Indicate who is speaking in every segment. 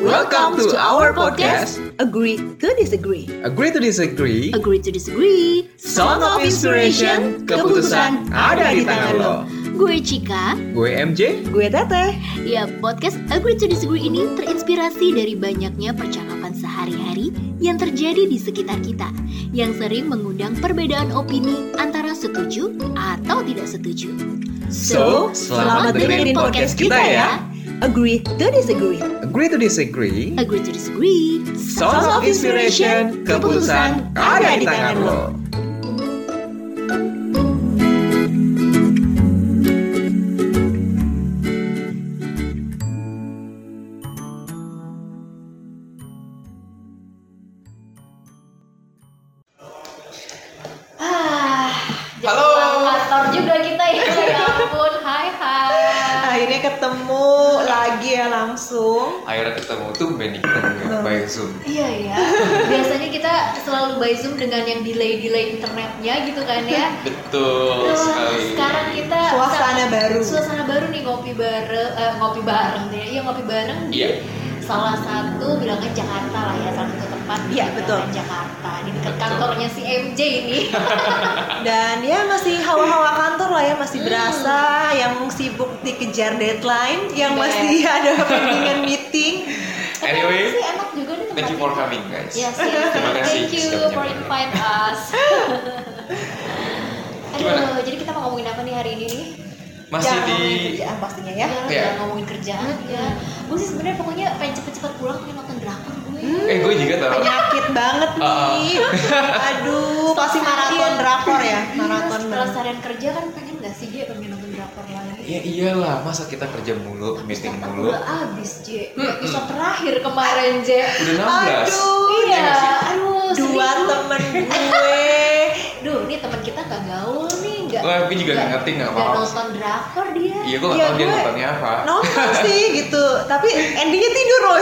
Speaker 1: Welcome to our podcast.
Speaker 2: Agree to disagree.
Speaker 1: Agree to disagree.
Speaker 2: Agree to disagree.
Speaker 1: Song of Inspiration. Keputusan ada di tangan lo.
Speaker 3: Gue Cika.
Speaker 1: Gue MJ.
Speaker 2: Gue Teteh.
Speaker 3: Ya, podcast Agree to Disagree ini terinspirasi dari banyaknya percakapan sehari-hari yang terjadi di sekitar kita yang sering mengundang perbedaan opini antara setuju atau tidak setuju.
Speaker 1: So, selamat dengerin podcast kita ya.
Speaker 2: Agree to disagree.
Speaker 1: Agree to disagree.
Speaker 3: Agree to Disagree.
Speaker 1: Song of Inspiration. Keputusan ada di tangan lo.
Speaker 3: Ah, jadi
Speaker 1: Halo.
Speaker 3: pulang kantor juga kita ya. Ya ampun, hai hai.
Speaker 2: Akhirnya ketemu lagi ya langsung.
Speaker 4: akhirnya ketemu tuh Benny ketemu ya by Zoom
Speaker 3: Iya ya. Biasanya kita selalu by Zoom dengan yang delay-delay internetnya gitu kan ya.
Speaker 4: betul
Speaker 3: Wah,
Speaker 4: sekali
Speaker 3: Sekarang kita
Speaker 2: Suasana baru.
Speaker 3: Suasana baru nih ngopi bareng eh, ngopi bareng ya. Iya ngopi bareng di
Speaker 4: Iya.
Speaker 3: salah satu bilangnya Jakarta lah ya, salah satu tempat di
Speaker 2: Iya,
Speaker 3: bilangan
Speaker 2: betul.
Speaker 3: Jakarta di dekat
Speaker 4: Betul.
Speaker 3: kantornya si MJ ini.
Speaker 2: Dan ya masih hawa-hawa kantor lah ya, masih berasa yang sibuk dikejar deadline, yang
Speaker 3: Iya.
Speaker 2: masih ada pendingan meeting.
Speaker 3: Tapi
Speaker 4: anyway
Speaker 3: emang sih enak juga
Speaker 4: thank
Speaker 3: nih
Speaker 4: you
Speaker 3: tempatnya.
Speaker 4: for coming guys
Speaker 3: Yes,
Speaker 4: Terima kasih
Speaker 3: thank you
Speaker 4: sudah
Speaker 3: for
Speaker 4: menyambut.
Speaker 3: invite us. Aduh,
Speaker 4: Gimana?
Speaker 3: jadi kita mau ngomongin apa nih hari ini nih?
Speaker 4: masih
Speaker 2: Jangan
Speaker 4: di
Speaker 2: ngomongin kerjaan pastinya ya.
Speaker 3: Ya,
Speaker 4: Iya.
Speaker 3: jangan ngomongin kerjaan ya. Gue sih sebenarnya pokoknya pengen cepet-cepet pulang pengen nonton drakor gue.
Speaker 4: eh gue juga tau
Speaker 2: Penyakit banget
Speaker 4: Uh-uh.
Speaker 2: nih. Aduh, pasti maraton drakor ya, maraton
Speaker 3: Setelah
Speaker 2: banget.
Speaker 3: seharian kerja kan pengen gak sih dia pengen nonton drakor lagi?
Speaker 4: ya iyalah masa kita kerja mulu
Speaker 3: Tapi
Speaker 4: meeting
Speaker 3: startup
Speaker 4: mulu Hmm.
Speaker 3: Udah abis, J. Episode terakhir kemarin, J.
Speaker 4: udah 16
Speaker 2: Aduh,
Speaker 3: Iya, aduh,
Speaker 2: dua
Speaker 3: serius.
Speaker 2: temen gue.
Speaker 3: Duh, ini teman kita gak gaul nih, gak.
Speaker 4: Wah, gue juga gak ngerti, gak apa-apa.
Speaker 3: nonton drakor dia. Eh,
Speaker 4: iya gue gak
Speaker 2: Iya,
Speaker 4: tau dia
Speaker 2: gue-
Speaker 4: nontonnya apa
Speaker 2: nonton sih gitu tapi endingnya tidur loh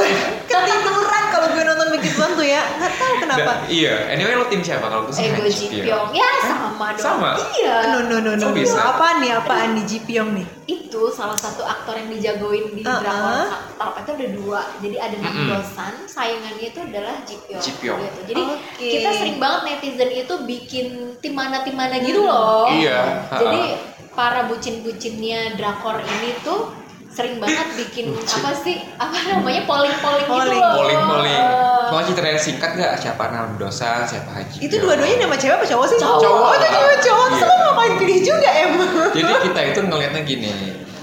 Speaker 2: ketiduran kalau gue nonton begituan tuh ya nggak tahu kenapa
Speaker 4: Dan- iya anyway lo tim siapa kalau gue sih
Speaker 3: Ego
Speaker 4: Han Ji Pyeong.
Speaker 3: Jipyong ya sama dong.
Speaker 4: Sama?
Speaker 3: Iya.
Speaker 2: no no no no
Speaker 4: Kok bisa?
Speaker 2: apaan nih apaan nih Jipyong nih
Speaker 3: Itu salah satu aktor yang dijagoin di
Speaker 2: Uh-uh.
Speaker 3: drakor Tarpa itu ada dua. Jadi ada Nam
Speaker 4: Mm-mm.
Speaker 3: Dosan, saingannya itu adalah Jipyong.
Speaker 4: Jipyong.
Speaker 3: Gitu. Jadi
Speaker 2: Oke.
Speaker 3: kita sering banget netizen itu bikin tim mana tim mana gitu loh.
Speaker 4: Iya, ha-ha.
Speaker 3: Jadi para bucin-bucinnya drakor ini tuh sering banget bikin apa sih apa namanya polling-polling gitu
Speaker 2: Polling.
Speaker 3: loh.
Speaker 4: polling polling
Speaker 3: Eh,
Speaker 4: mau ceritanya singkat gak siapa Nam Dosan siapa Haji
Speaker 2: itu
Speaker 4: Pyeong.
Speaker 2: dua-duanya nama cewek apa cowok sih
Speaker 3: Cowok.
Speaker 2: oh itu nama cowok terus
Speaker 4: Iya.
Speaker 2: lo ngapain pilih juga emang
Speaker 4: Jadi kita itu ngelihatnya gini,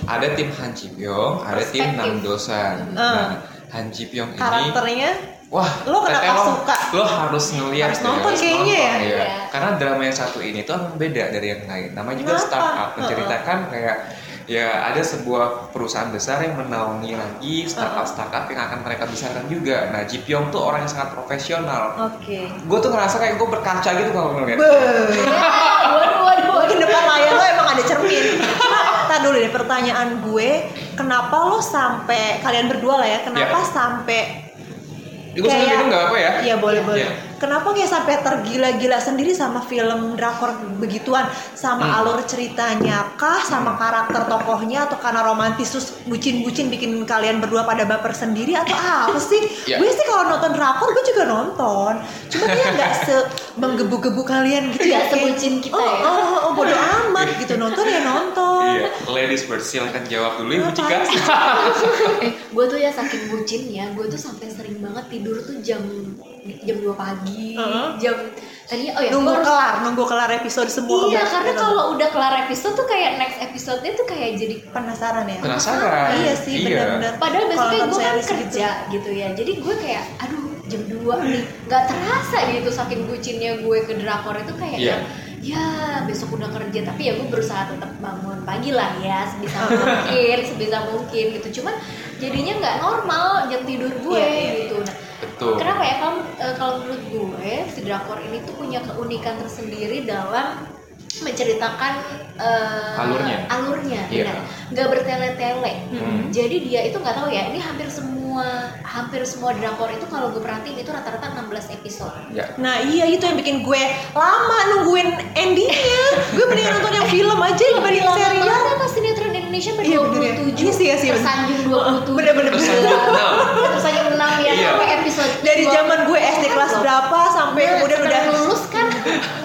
Speaker 4: ada tim Han Ji Pyong, ada tim
Speaker 3: Perspektif.
Speaker 4: Nam Dosan.
Speaker 2: Hmm.
Speaker 4: Nah, Han Ji Pyong ini,
Speaker 2: karakternya
Speaker 4: wah,
Speaker 2: Lo kenapa
Speaker 4: teteh lo-
Speaker 2: suka?
Speaker 4: Lo harus ngelihat,
Speaker 2: Harus
Speaker 4: deh,
Speaker 2: nonton kayaknya ya?
Speaker 4: iya.
Speaker 3: Iya.
Speaker 4: Karena drama yang satu ini tuh emang beda dari yang lain. Namanya juga
Speaker 2: Kenapa?
Speaker 4: startup,
Speaker 2: Heeh.
Speaker 4: menceritakan kayak ya ada sebuah perusahaan besar yang menaungi lagi startup startup yang akan mereka besarkan juga. Nah, Ji Pyong tuh orang yang sangat profesional.
Speaker 2: oke
Speaker 4: Gue tuh ngerasa kayak gue berkaca gitu kalau ngeliat.
Speaker 2: Beuh.
Speaker 3: Waduh, waduh,
Speaker 2: di
Speaker 3: waduh.
Speaker 2: depan layar lo emang ada cermin. Tak dulu deh pertanyaan gue, kenapa lo sampai kalian berdua lah ya,
Speaker 4: Ya.
Speaker 2: kenapa sampai
Speaker 4: Gue sambil minum nggak apa ya?
Speaker 2: Iya boleh boleh.
Speaker 4: Iya.
Speaker 2: Kenapa kayak sampai tergila-gila sendiri sama film drakor begituan, sama
Speaker 4: Hmm.
Speaker 2: alur ceritanya kah, sama karakter tokohnya atau karena romantis terus bucin-bucin bikin kalian berdua pada baper sendiri atau apa sih?
Speaker 4: Iya.
Speaker 2: Gue sih kalau nonton drakor gue juga nonton, cuma dia nggak se menggebu-gebu kalian gitu ya.
Speaker 3: Nggak sebucin kita
Speaker 2: oh,
Speaker 3: ya.
Speaker 2: Oh, oh, oh, bodo amat gitu nonton ya nonton.
Speaker 4: Iya, ladies first silahkan jawab dulu ibu Cika.
Speaker 2: Apaan sih?
Speaker 3: eh gue tuh ya saking bucinnya gue tuh sampai sering banget tidur tuh jam jam 2 pagi
Speaker 2: Heeh.
Speaker 3: jam tadi oh ya
Speaker 2: Nunggu
Speaker 3: gua harus-
Speaker 2: kelar, nunggu kelar episode semua.
Speaker 3: iya
Speaker 2: baru
Speaker 3: karena
Speaker 2: nonton.
Speaker 3: kalau udah kelar episode tuh kayak next episode-nya tuh kayak jadi
Speaker 2: penasaran ya.
Speaker 4: Penasaran.
Speaker 2: Iya sih benar-benar.
Speaker 3: padahal besoknya
Speaker 2: Kalau
Speaker 3: gue kan
Speaker 2: nonton series
Speaker 3: kerja gitu ya jadi gue kayak aduh jam 2 nih nggak terasa gitu saking bucinnya gue ke drakor itu kayak
Speaker 4: Iya.
Speaker 3: ya besok udah kerja tapi ya gue berusaha tetap bangun pagi lah ya sebisa mungkin sebisa mungkin gitu cuman jadinya nggak normal jam tidur gue
Speaker 2: Iya, iya,
Speaker 3: gitu nah
Speaker 4: Betul.
Speaker 3: Kenapa ya kamu eh, kalau menurut gue si drakor ini tuh punya keunikan tersendiri dalam menceritakan eh,
Speaker 4: Alurnya.
Speaker 3: alurnya,
Speaker 4: Iya.
Speaker 3: benar. nggak bertele-tele.
Speaker 4: Hmm.
Speaker 3: Jadi dia itu nggak tahu ya. Ini hampir semua hampir semua drakor itu kalau gue perhatiin itu rata-rata 16 episode.
Speaker 4: Ya.
Speaker 2: Nah iya itu yang bikin gue lama nungguin endingnya. gue mending nonton yang film aja dibanding
Speaker 3: Lama
Speaker 2: serial.
Speaker 3: banget apa sinetron Indonesia pada
Speaker 2: Iya, bener ya.
Speaker 3: 27
Speaker 2: Iya sih, iya sih, bener.
Speaker 3: tersanjung 27
Speaker 2: Bener, bener, bener.
Speaker 3: tersanjung 6 ya
Speaker 4: Iya.
Speaker 3: sampai episode
Speaker 2: Dari zaman gue SD kelas berapa sampai kemudian udah
Speaker 3: Kan lulus kan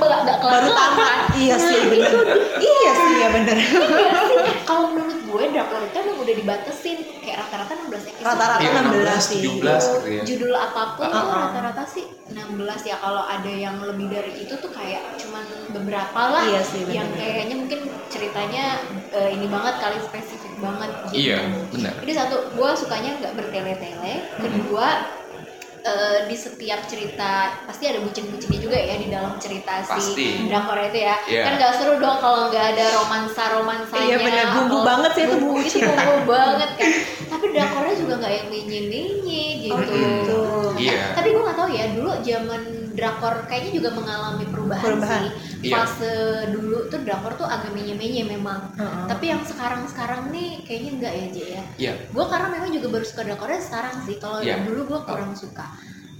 Speaker 3: nggak nggak kelar
Speaker 2: baru tamat. Iya
Speaker 3: Nah,
Speaker 2: sih bener. Iya sih ya bener.
Speaker 3: Iya sih. Kalau menurut gue drakor itu emang udah dibatesin kayak rata-rata 16 episode.
Speaker 2: Rata-rata
Speaker 4: Iya,
Speaker 2: 16 sih.
Speaker 4: 17 gitu ya.
Speaker 3: Judul apapun tuh
Speaker 2: Uh-uh.
Speaker 3: rata-rata sih 16 ya kalau ada yang lebih dari itu tuh kayak cuman beberapa lah
Speaker 2: Iya sih, bener.
Speaker 3: yang kayaknya mungkin ceritanya eh, ini banget kali spesifik banget. gitu.
Speaker 4: Iya, benar.
Speaker 3: Jadi satu, gue sukanya nggak bertele-tele. Kedua, eh, di setiap cerita pasti ada bucin-bucinnya juga ya di dalam cerita
Speaker 4: Pasti.
Speaker 3: si drakor itu ya.
Speaker 4: Iya.
Speaker 3: Kan nggak seru dong kalau nggak ada romansa-romansanya.
Speaker 2: Iya, bener. Bumbu
Speaker 3: atau
Speaker 2: banget sih itu
Speaker 3: bumbu
Speaker 2: bucin.
Speaker 3: itu bumbu banget kan. Tapi drakornya juga nggak yang linyi-linyi gitu.
Speaker 2: Oh, gitu.
Speaker 4: Iya.
Speaker 3: Tapi gue nggak tahu ya dulu zaman drakor kayaknya juga mengalami perubahan,
Speaker 2: Perubahan.
Speaker 3: sih.
Speaker 4: Iya.
Speaker 3: Fase dulu tuh drakor tuh agak menye-menye memang.
Speaker 2: Heeh.
Speaker 3: Tapi yang sekarang-sekarang nih kayaknya enggak ya, Jay ya
Speaker 4: Iya.
Speaker 3: gue karena memang juga baru suka drakornya sekarang sih kalau
Speaker 4: Iya.
Speaker 3: dulu gue kurang suka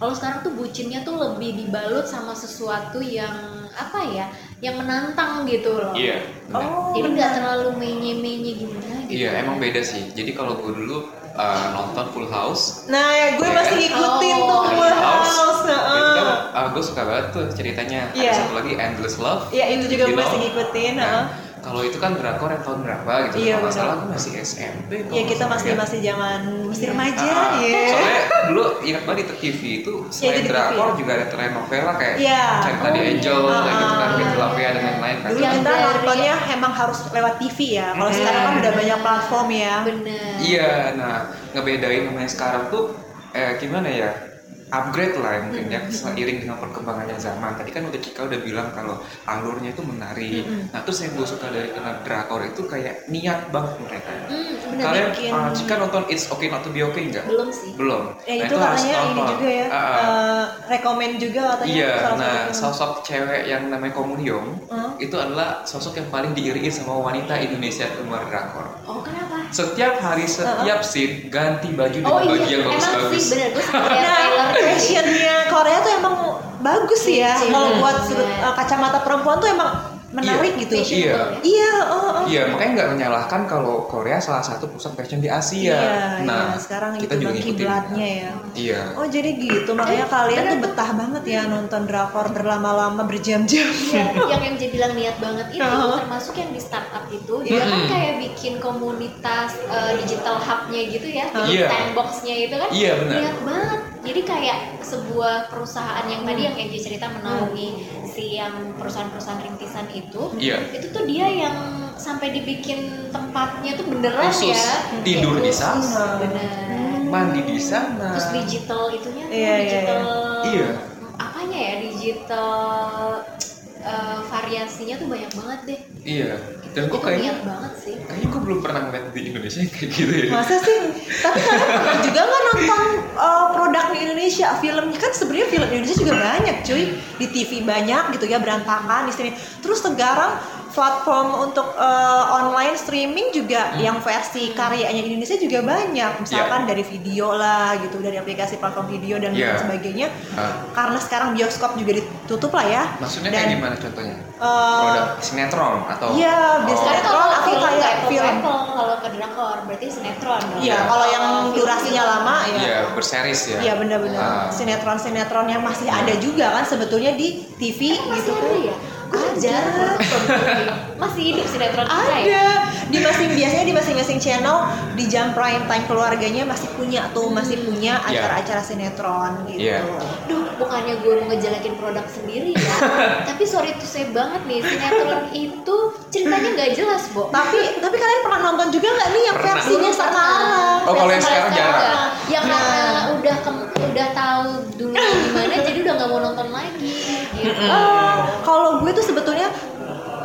Speaker 3: kalau sekarang tuh bucinnya tuh lebih dibalut sama sesuatu yang apa ya yang menantang gitu loh
Speaker 4: Iya. benar.
Speaker 2: Oh.
Speaker 3: jadi nggak terlalu menye-menye gimana gitu
Speaker 4: Iya, emang beda sih. Jadi kalau gue dulu eh, nonton Full House,
Speaker 2: Nah, ya gue
Speaker 4: Iya.
Speaker 2: masih ngikutin
Speaker 3: Oh.
Speaker 2: tuh Full
Speaker 4: House.
Speaker 2: House.
Speaker 4: itu
Speaker 2: heeh.
Speaker 4: gue suka banget tuh ceritanya.
Speaker 2: Iya.
Speaker 4: Ada satu lagi Endless Love.
Speaker 2: Ya itu juga
Speaker 4: You
Speaker 2: gue
Speaker 4: know?
Speaker 2: masih ngikutin. heeh.
Speaker 4: Nah, kalau itu kan drakor yang tahun berapa gitu.
Speaker 2: Iya,
Speaker 4: kalau nggak
Speaker 2: benar.
Speaker 4: salah gue masih SMP. kalau
Speaker 2: Ya
Speaker 4: nggak
Speaker 2: kita
Speaker 4: salah,
Speaker 2: masih
Speaker 4: ya.
Speaker 2: masih zaman masih remaja
Speaker 4: Ah,
Speaker 2: ya.
Speaker 4: Soalnya dulu ingat banget di TV itu selain
Speaker 2: Iya, di TV.
Speaker 4: drakor juga ada telenovela kayak
Speaker 2: Iya.
Speaker 4: cerita di
Speaker 3: Oh, iya.
Speaker 4: Angel, kayak gitu kan,
Speaker 2: Ah,
Speaker 4: Kate
Speaker 3: iya.
Speaker 4: Lavia dan lain-lain kan.
Speaker 2: Dulu
Speaker 3: Yang
Speaker 2: kita
Speaker 3: dari-
Speaker 2: nontonnya emang harus lewat TV ya. Kalau
Speaker 4: Mm-mm.
Speaker 2: sekarang kan udah banyak platform ya.
Speaker 3: bener
Speaker 4: Iya, nah ngebedain namanya sekarang tuh eh, gimana ya? upgrade lah ya mungkin ya seiring dengan perkembangannya zaman tadi kan udah Cika udah bilang kalau alurnya itu menarik nah terus yang gue suka dari kena drakor itu kayak niat banget mereka
Speaker 3: Hmm, bener
Speaker 4: kalian
Speaker 2: bikin-
Speaker 4: ah, Cika nonton It's Okay Not To Be Okay nggak?
Speaker 3: belum sih
Speaker 4: belum
Speaker 2: Ya
Speaker 4: Nah,
Speaker 2: itu
Speaker 4: harus
Speaker 2: katanya ini
Speaker 4: nonton.
Speaker 2: juga ya.
Speaker 4: Ah, ah.
Speaker 2: eh, rekomend juga katanya.
Speaker 4: Iya,
Speaker 2: salah
Speaker 4: nah
Speaker 2: satu film.
Speaker 4: sosok cewek yang namanya Komunyong
Speaker 2: Hah?
Speaker 4: itu adalah sosok yang paling diiriin sama wanita Indonesia keluar drakor.
Speaker 3: oh kenapa
Speaker 4: Setiap hari, setiap scene ganti baju dengan
Speaker 3: oh
Speaker 4: baju
Speaker 3: iya
Speaker 4: yang
Speaker 3: emang
Speaker 4: bagus-bagus.
Speaker 3: sih bener gue suka
Speaker 4: Iya,
Speaker 3: liat trailer
Speaker 2: Nah, fashionnya Korea tuh emang bagus sih ya.
Speaker 3: Lucu.
Speaker 2: Kalau buat sudut
Speaker 3: Iya.
Speaker 2: eh, kacamata perempuan tuh emang menarik gitu.
Speaker 3: fashionable
Speaker 4: Iya.
Speaker 3: ya
Speaker 2: Iya, oh, oh.
Speaker 4: Iya, makanya nggak menyalahkan kalau Korea salah satu pusat fashion di Asia.
Speaker 2: Iya,
Speaker 4: nah,
Speaker 2: iya. sekarang
Speaker 4: kita
Speaker 2: itu
Speaker 4: juga
Speaker 2: kan
Speaker 4: ngikutin.
Speaker 2: kiblatnya ya.
Speaker 4: Iya.
Speaker 2: Oh jadi gitu makanya
Speaker 3: Eh,
Speaker 2: kalian tuh
Speaker 3: bener tuh.
Speaker 2: betah banget ya nonton drakor berlama-lama berjam-jam. ya.
Speaker 3: Iya, yang yang dia bilang niat banget itu
Speaker 2: Oh.
Speaker 3: termasuk yang di startup itu dia kan
Speaker 4: Mm-mm.
Speaker 3: kayak bikin komunitas eh, digital hubnya gitu ya
Speaker 4: Iya.
Speaker 3: digital sandboxnya itu kan
Speaker 4: Iya, benar.
Speaker 3: niat banget jadi kayak sebuah perusahaan yang tadi yang Angie cerita menaungi si yang perusahaan-perusahaan rintisan itu
Speaker 4: Iya.
Speaker 3: itu tuh dia yang sampai dibikin tempatnya tuh beneran
Speaker 4: Khusus.
Speaker 3: ya
Speaker 4: Tidur di
Speaker 3: Khusus,
Speaker 4: sana.
Speaker 3: bener
Speaker 4: Hmm. Mandi di sana.
Speaker 3: terus digital itunya tuh,
Speaker 2: Ah. Iya, iya,
Speaker 3: digital
Speaker 4: iya. Iya.
Speaker 3: apanya ya digital eh, variasinya tuh banyak banget deh
Speaker 4: Iya. Dan gue
Speaker 3: Itu
Speaker 4: kayaknya,
Speaker 3: niat banget sih
Speaker 4: kayaknya gue belum pernah ngeliat di Indonesia yang kayak gitu ya.
Speaker 2: Masa sih? Tapi kalian pernah juga nggak nonton uh, produk di Indonesia? Filmnya kan sebenarnya film Indonesia juga banyak, cuy. Di TV banyak gitu ya berantakan di sini. Terus sekarang platform untuk uh, online streaming
Speaker 4: Hmm.
Speaker 2: juga yang versi karyanya Indonesia juga banyak.
Speaker 4: Ya.
Speaker 2: Misalkan dari video lah gitu, dari aplikasi platform video dan lain
Speaker 4: Iya.
Speaker 2: sebagainya.
Speaker 4: Ah.
Speaker 2: Karena sekarang bioskop juga ditutup lah ya.
Speaker 4: Maksudnya
Speaker 2: Dan-
Speaker 4: kayak gimana contohnya?
Speaker 2: Eh,
Speaker 4: Produk sinetron atau?
Speaker 2: iya,
Speaker 4: Oh.
Speaker 2: biasanya
Speaker 3: Sekarang
Speaker 2: Sinetron
Speaker 3: kalau
Speaker 2: atau
Speaker 3: film
Speaker 2: kayak
Speaker 3: kayak
Speaker 2: film?
Speaker 3: film kalau ke drakor berarti sinetron dong.
Speaker 2: Iya, kalau yang durasinya lama ya.
Speaker 4: Iya, berseris ya.
Speaker 2: Iya benar-benar
Speaker 4: Ah.
Speaker 2: sinetron-sinetron yang masih ada juga kan sebetulnya di TV gitu
Speaker 3: masih
Speaker 2: kan.
Speaker 3: ada ya?
Speaker 2: Ada.
Speaker 3: Ajar masih hidup sinetron kita ya?
Speaker 2: Ada di masing biasanya di masing-masing channel di jam prime time keluarganya masih punya tuh masih punya
Speaker 4: Iya.
Speaker 2: acara-acara sinetron gitu.
Speaker 4: Iya.
Speaker 3: Duh, bukannya gue mau ngejelekin produk sendiri ya, tapi sorry tuh saya banget nih sinetron itu ceritanya nggak jelas, Bo.
Speaker 2: Tapi tapi kalian pernah nonton juga nggak nih yang
Speaker 4: Pernah.
Speaker 2: versinya sekarang?
Speaker 4: Iya. Oh, kalau yang
Speaker 3: Versi
Speaker 4: sekarang jarang.
Speaker 3: nggak. Iya, Ya
Speaker 2: Nah.
Speaker 3: karena udah ke- udah tahu dunia gimana, jadi udah nggak mau nonton lagi. Gitu.
Speaker 2: Eh, kalau gue tuh sebetulnya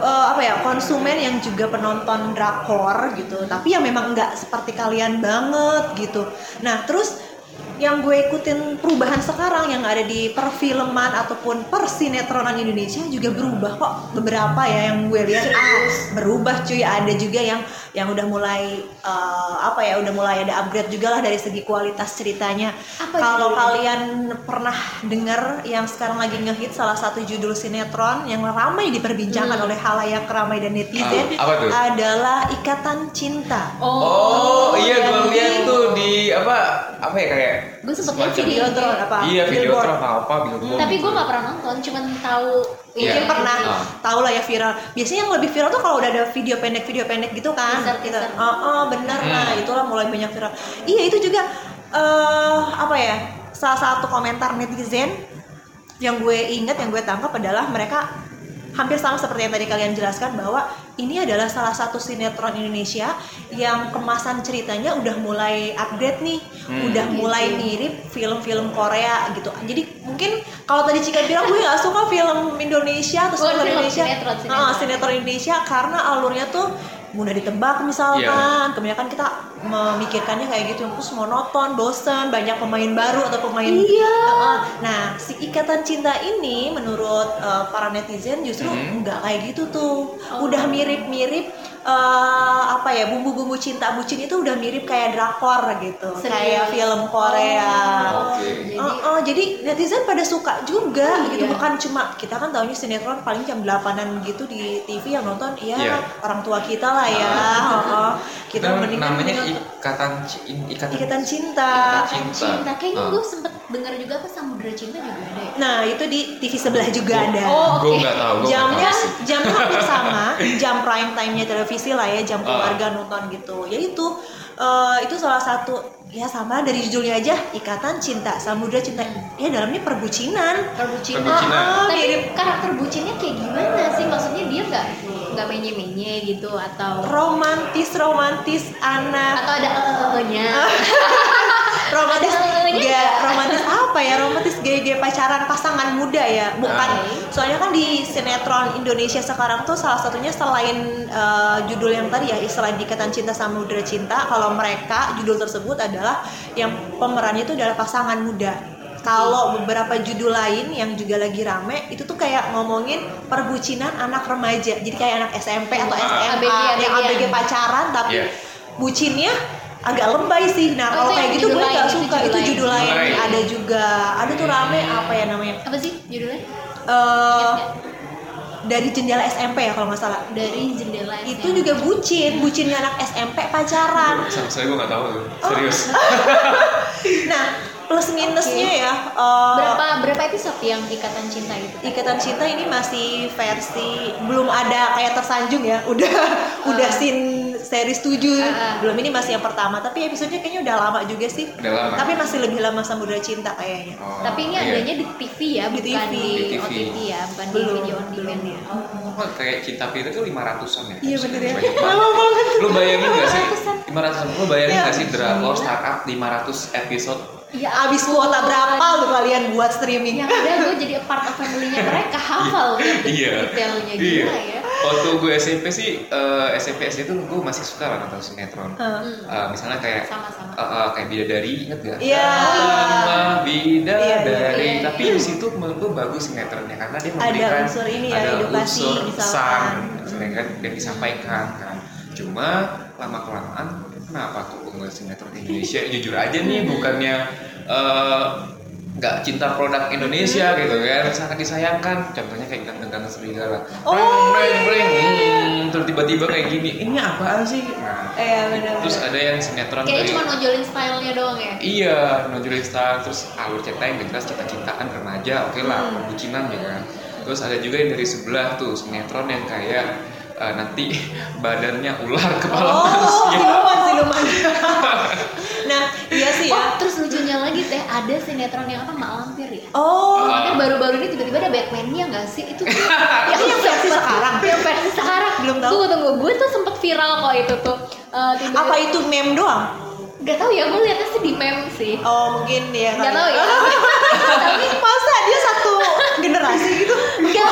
Speaker 2: eh, apa ya konsumen yang juga penonton drakor gitu tapi ya memang nggak seperti kalian banget gitu nah terus yang gue ikutin perubahan sekarang yang ada di perfilman ataupun persinetronan Indonesia juga berubah kok beberapa ya yang gue lihat ah, berubah cuy ada juga yang yang udah mulai eh, apa ya udah mulai ada upgrade juga lah dari segi kualitas ceritanya
Speaker 3: Apa
Speaker 2: kalau
Speaker 3: judulnya?
Speaker 2: kalian pernah dengar yang sekarang lagi ngehit salah satu judul sinetron yang ramai diperbincangkan oleh halayak ramai dan netizen
Speaker 4: Ah, apa tuh?
Speaker 2: adalah ikatan cinta.
Speaker 4: iya, Oh, iya gue lihat tuh di apa apa ya kayak
Speaker 3: Gue Iya. sempet liat
Speaker 4: semacam-
Speaker 3: video.
Speaker 2: Videotron apa?
Speaker 4: iya video
Speaker 2: Billboard.
Speaker 4: apa apa billboard gitu.
Speaker 3: Tapi gue nggak pernah nonton, cuman tahu. gitu.
Speaker 4: Iya.
Speaker 2: Mungkin pernah
Speaker 4: Ah.
Speaker 2: tahu lah ya viral. Biasanya yang lebih viral tuh kalau udah ada video pendek video pendek gitu kan.
Speaker 3: Teaser,
Speaker 2: Gitu.
Speaker 3: teaser.
Speaker 2: Oh, oh, benar
Speaker 4: Hmm.
Speaker 2: lah itulah mulai banyak viral. Iya itu juga eh apa ya? Salah satu komentar netizen yang gue ingat yang gue tangkap adalah mereka hampir sama seperti yang tadi kalian jelaskan bahwa ini adalah salah satu sinetron Indonesia yang kemasan ceritanya udah mulai upgrade nih,
Speaker 4: Hmm.
Speaker 2: udah
Speaker 3: Gitu.
Speaker 2: mulai mirip film-film Korea gitu. Jadi mungkin kalau tadi Cika bilang gue nggak suka film Indonesia atau
Speaker 3: Bukan
Speaker 2: sinetron
Speaker 3: film,
Speaker 2: Indonesia,
Speaker 3: sinetron, sinetron.
Speaker 2: Ah, sinetron Indonesia karena alurnya tuh mudah ditebak misalkan,
Speaker 4: Iya.
Speaker 2: kebanyakan kita memikirkannya kayak gitu, terus monoton, bosan, banyak pemain baru atau pemain
Speaker 3: Iya.
Speaker 2: Heeh. Nah, si ikatan cinta ini menurut eh, para netizen justru
Speaker 4: Hmm.
Speaker 2: nggak kayak gitu tuh.
Speaker 3: Oh.
Speaker 2: Udah mirip-mirip eh, apa ya bumbu-bumbu cinta bucin itu udah mirip kayak drakor gitu,
Speaker 3: Serius?
Speaker 2: kayak film Korea.
Speaker 4: Oh. Oke.
Speaker 3: Jadi
Speaker 2: Oh, oh, jadi netizen pada suka juga gitu
Speaker 3: Iya.
Speaker 2: bukan cuma kita kan tahunya sinetron paling jam 8-an gitu di TV yang nonton ya
Speaker 4: Iya.
Speaker 2: orang tua kita lah ya. Oh, oh. Kita
Speaker 4: Nam-
Speaker 2: mendingan
Speaker 4: namanya
Speaker 2: mendingan-
Speaker 4: ikatan ci- in- ikatan, ikatan
Speaker 2: ikatan cinta.
Speaker 4: cinta.
Speaker 3: cinta. Kayaknya
Speaker 4: Ah.
Speaker 3: gue sempet dengar juga apa Samudra Cinta juga ada ya.
Speaker 2: Nah, itu di TV sebelah juga
Speaker 4: Iya.
Speaker 2: ada.
Speaker 3: Oh,
Speaker 4: Gue
Speaker 3: oke.
Speaker 4: nggak tahu. gua nggak
Speaker 2: jamnya
Speaker 4: tahu sih.
Speaker 2: jamnya hampir sama jam prime time-nya televisi lah ya jam keluarga
Speaker 4: Ah.
Speaker 2: nonton gitu ya itu eh, itu salah satu ya sama dari judulnya aja ikatan cinta samudra cinta ya dalamnya perbucinan
Speaker 3: Perbucinan.
Speaker 4: Perbucinan.
Speaker 2: Ah,
Speaker 3: Tapi
Speaker 2: mirip.
Speaker 3: karakter bucinnya kayak gimana sih? Maksudnya dia nggak nggak menye-menye gitu atau
Speaker 2: romantis romantis anak
Speaker 3: atau ada eh-eh-nya.
Speaker 2: romantis
Speaker 3: ada
Speaker 2: gak
Speaker 3: nya nggak?
Speaker 2: romantis apa ya romantis gaya pacaran pasangan muda ya bukan
Speaker 4: Ah.
Speaker 3: Oke.
Speaker 2: soalnya kan di sinetron Indonesia sekarang tuh salah satunya selain eh, judul yang tadi ya selain ikatan cinta samudra cinta kalau mereka judul tersebut adalah yang pemerannya itu adalah pasangan muda kalau beberapa judul lain yang juga lagi rame itu tuh kayak ngomongin perbucinan anak remaja jadi kayak anak SMP atau
Speaker 4: Ah.
Speaker 2: SMA
Speaker 3: ABG,
Speaker 2: yang ABG
Speaker 3: ABG.
Speaker 2: pacaran tapi
Speaker 4: Iya.
Speaker 2: bucinnya agak lebay sih nah
Speaker 3: Oh,
Speaker 2: kalau
Speaker 3: itu
Speaker 2: kayak
Speaker 3: yang
Speaker 2: gitu gue
Speaker 3: judul
Speaker 2: nggak
Speaker 3: lain, itu
Speaker 2: suka
Speaker 3: judul
Speaker 2: itu
Speaker 3: lain.
Speaker 2: judul lain
Speaker 4: Lain.
Speaker 2: ada juga ada tuh rame apa ya namanya
Speaker 3: Apa sih judulnya?
Speaker 2: Eh dari jendela SMP ya kalau nggak salah
Speaker 3: Dari jendela SMA.
Speaker 2: itu juga bucin bucinnya anak SMP pacaran
Speaker 4: Sama sekali gue nggak tahu
Speaker 3: Oh.
Speaker 4: tuh. Serius.
Speaker 2: nah plus minusnya
Speaker 3: Oke.
Speaker 2: ya eh,
Speaker 3: berapa berapa episode yang ikatan cinta itu?
Speaker 2: Ikatan Cinta ini masih versi belum ada kayak tersanjung ya. Udah udah scene series 7.
Speaker 3: Ah.
Speaker 2: Belum ini masih yang pertama, tapi episodenya kayaknya udah lama juga sih.
Speaker 4: Udah lama.
Speaker 2: Tapi masih lebih lama Samudra Cinta kayaknya.
Speaker 4: Oh,
Speaker 3: Tapi ini
Speaker 4: iya.
Speaker 3: adanya di TV ya,
Speaker 2: Di
Speaker 3: bukan
Speaker 2: TV.
Speaker 3: di,
Speaker 4: Di TV.
Speaker 3: OTT ya, bukan di
Speaker 2: Belum,
Speaker 3: video on demand
Speaker 2: belum.
Speaker 3: ya.
Speaker 4: Oh, kayak cinta Peter tuh 500-an ya?
Speaker 2: Iya, bener ya.
Speaker 4: Banyak
Speaker 2: Lama banget.
Speaker 4: Lu bayangin gak sih?
Speaker 3: 500-an.
Speaker 4: 500-an. Lu bayangin
Speaker 2: Iya.
Speaker 4: gak sih drakor startup 500 episode?
Speaker 3: Iya,
Speaker 2: Abis kuota berapa lu kalian buat streaming?
Speaker 3: yang ada gue jadi a part of family-nya mereka hafal tiap detailnya
Speaker 4: Iya.
Speaker 3: gila ya.
Speaker 4: Waktu gue SMP sih, eh, SMP SD tuh gue masih suka lah nonton sinetron.
Speaker 2: Heeh.
Speaker 3: Hmm.
Speaker 4: Eh, misalnya kayak
Speaker 3: Sama-sama.
Speaker 4: eh, eh, kayak bidadari inget gak?
Speaker 2: Iya.
Speaker 4: Lama bidadari.
Speaker 2: Iya,
Speaker 3: iya, iya.
Speaker 4: Tapi di situ menurut gue bagus sinetronnya karena dia
Speaker 2: Ada
Speaker 4: memberikan
Speaker 2: unsur ini ya,
Speaker 4: ada
Speaker 2: edukasi
Speaker 4: unsur
Speaker 2: misalkan. Hmm.
Speaker 4: pesan misalnya kan yang disampaikan kan. Cuma lama kelamaan kenapa kok gue sinetron Indonesia jujur aja nih bukannya eh, nggak cinta produk Indonesia
Speaker 2: Hmm.
Speaker 4: gitu kan sangat disayangkan contohnya kayak ganteng-ganteng serigala
Speaker 2: Oh,
Speaker 4: Breng,
Speaker 2: iya,
Speaker 4: breng,
Speaker 2: iya,
Speaker 4: breng.
Speaker 2: iya.
Speaker 4: Hmm, terus tiba-tiba kayak gini ini apaan sih nah,
Speaker 2: Iya, benar-benar.
Speaker 4: terus ada yang sinetron
Speaker 3: Kayaknya
Speaker 4: dari-
Speaker 3: cuma nonjolin stylenya doang ya.
Speaker 4: Iya, nonjolin style terus alur ceritanya yang jelas cinta-cintaan remaja, oke lah,
Speaker 3: Hmm.
Speaker 4: perbucinan ya kan. Terus ada juga yang dari sebelah tuh sinetron yang kayak eh, nanti badannya ular kepala
Speaker 2: Oh,
Speaker 4: manusia.
Speaker 2: siluman siluman. nah, iya sih
Speaker 3: Oh,
Speaker 2: ya.
Speaker 3: terus lucunya lagi teh ada sinetron yang apa Mak Lampir ya?
Speaker 2: Oh,
Speaker 4: Ah.
Speaker 3: Makanya baru-baru ini tiba-tiba ada Batman-nya nggak sih? Itu ya,
Speaker 2: yang yang versi sekarang.
Speaker 3: yang versi sekarang.
Speaker 2: Belum tahu.
Speaker 3: Tunggu tunggu, gue tuh sempet viral kok itu tuh. Eh, tiba-
Speaker 2: Apa itu meme doang?
Speaker 3: Gak tau ya, gue liatnya sih di meme sih. ya?
Speaker 2: Oh, mungkin ya.
Speaker 3: Gak tau
Speaker 2: kali.
Speaker 3: ya.
Speaker 2: Tapi masa dia satu generasi gitu?
Speaker 3: Gak Iya,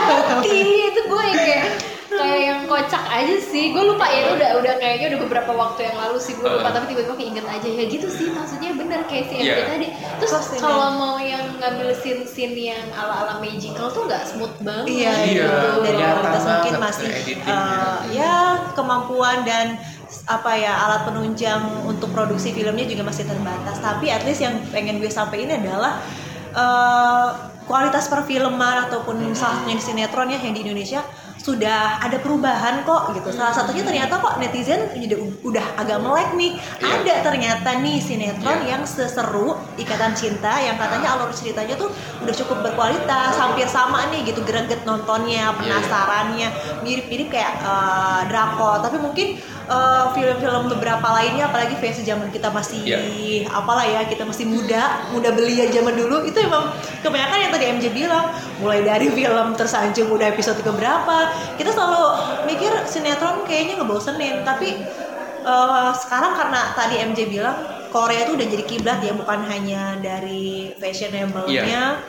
Speaker 3: ngerti itu gue kayak kayak yang kocak aja sih. Gue lupa ya itu udah udah kayaknya udah beberapa waktu yang lalu sih gue lupa
Speaker 4: Uh.
Speaker 3: tapi tiba-tiba keinget aja ya gitu sih maksudnya bener kayak si
Speaker 4: Iya.
Speaker 3: MJ tadi. Terus
Speaker 2: Pasti
Speaker 3: kalau mau yang ngambil scene-scene yang ala-ala magical tuh nggak smooth banget.
Speaker 2: Iya,
Speaker 4: Iya,
Speaker 2: gitu. dari
Speaker 4: kelihatan
Speaker 2: kualitas mungkin
Speaker 4: banget
Speaker 2: masih
Speaker 4: editingnya.
Speaker 2: eh, ya kemampuan dan s- apa ya alat penunjang untuk produksi filmnya juga masih terbatas. Tapi at least yang pengen gue sampaikan adalah eh, kualitas perfilman ataupun salah satunya sinetron ya yang di Indonesia sudah ada perubahan kok gitu. Salah satunya ternyata kok netizen jadi u- udah agak melek nih.
Speaker 4: Iya.
Speaker 2: Ada ternyata nih sinetron
Speaker 4: Iya.
Speaker 2: yang seseru Ikatan Cinta yang katanya alur ceritanya tuh udah cukup berkualitas, hampir sama nih gitu greget nontonnya, penasarannya, mirip-mirip kayak eh, drakor, tapi mungkin eh, film-film beberapa lainnya apalagi versi zaman kita masih apalah ya kita masih muda muda belia zaman dulu itu emang kebanyakan yang tadi MJ bilang mulai dari film tersanjung udah episode keberapa kita selalu mikir sinetron kayaknya ngebosenin tapi eh, sekarang karena tadi MJ bilang Korea itu udah jadi kiblat ya bukan hanya dari fashionable-nya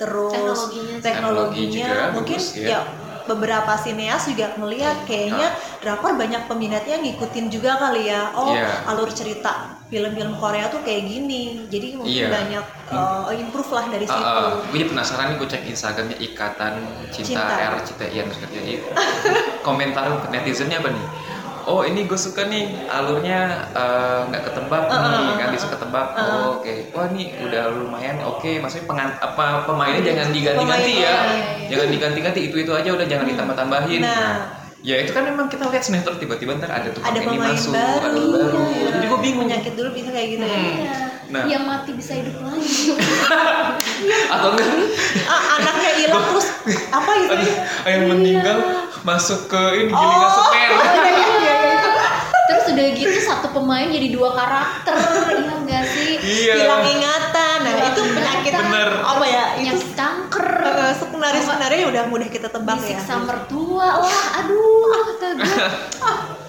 Speaker 2: terus
Speaker 3: Teknologinya.
Speaker 2: teknologinya,
Speaker 4: Teknologi juga
Speaker 2: mungkin
Speaker 4: bagus,
Speaker 2: ya
Speaker 4: ya.
Speaker 2: beberapa sineas juga melihat kayaknya drakor banyak peminatnya ngikutin juga kali ya oh
Speaker 4: Iya.
Speaker 2: alur cerita film-film Korea tuh kayak gini jadi mungkin
Speaker 4: Iya.
Speaker 2: banyak uh, improve lah
Speaker 4: Ah,
Speaker 2: dari situ
Speaker 4: ah. gue jadi penasaran nih gue cek Instagramnya Ikatan Cinta,
Speaker 2: Cinta.
Speaker 4: R Cinta Ian Komentar netizennya apa nih? Oh ini gue suka nih alurnya eh, nggak ketebak
Speaker 2: Ah, ah,
Speaker 4: nih
Speaker 2: ah,
Speaker 4: kan
Speaker 2: ah.
Speaker 4: bisa ketebak.
Speaker 2: Ah, ah.
Speaker 4: Oh, Oke, wah nih udah lumayan. Oke, maksudnya pengan apa pemainnya jangan diganti-ganti
Speaker 2: Pemain,
Speaker 4: ya,
Speaker 2: iya,
Speaker 3: iya.
Speaker 4: jangan diganti-ganti itu itu aja udah jangan ditambah-tambahin.
Speaker 2: Nah.
Speaker 4: ya itu kan memang kita lihat sinetron tiba-tiba ntar ada tuh
Speaker 2: ada
Speaker 4: ini
Speaker 2: pemain
Speaker 4: masuk,
Speaker 2: baru,
Speaker 4: ada baru.
Speaker 2: iya.
Speaker 4: Jadi gue bingung.
Speaker 2: penyakit dulu bisa kayak gitu ya
Speaker 4: Hmm. Nah.
Speaker 3: Iya. Yang mati bisa hidup lagi.
Speaker 4: Atau enggak?
Speaker 2: ah, anaknya hilang terus apa gitu
Speaker 4: Aduh, yang meninggal masuk ke ini gilingan
Speaker 2: Oh.
Speaker 4: semen.
Speaker 3: iya, Terus udah gitu satu pemain jadi dua karakter, iya enggak sih?
Speaker 4: Iya.
Speaker 2: hilang ingatan nah
Speaker 3: Hilang
Speaker 2: itu penyakit
Speaker 3: ingatan.
Speaker 4: Bener.
Speaker 2: apa ya itu
Speaker 3: Penyakit kanker,
Speaker 2: eh, skenario-skenario yang udah mudah kita tebak ya
Speaker 3: disiksa mertua, wah aduh kata gue.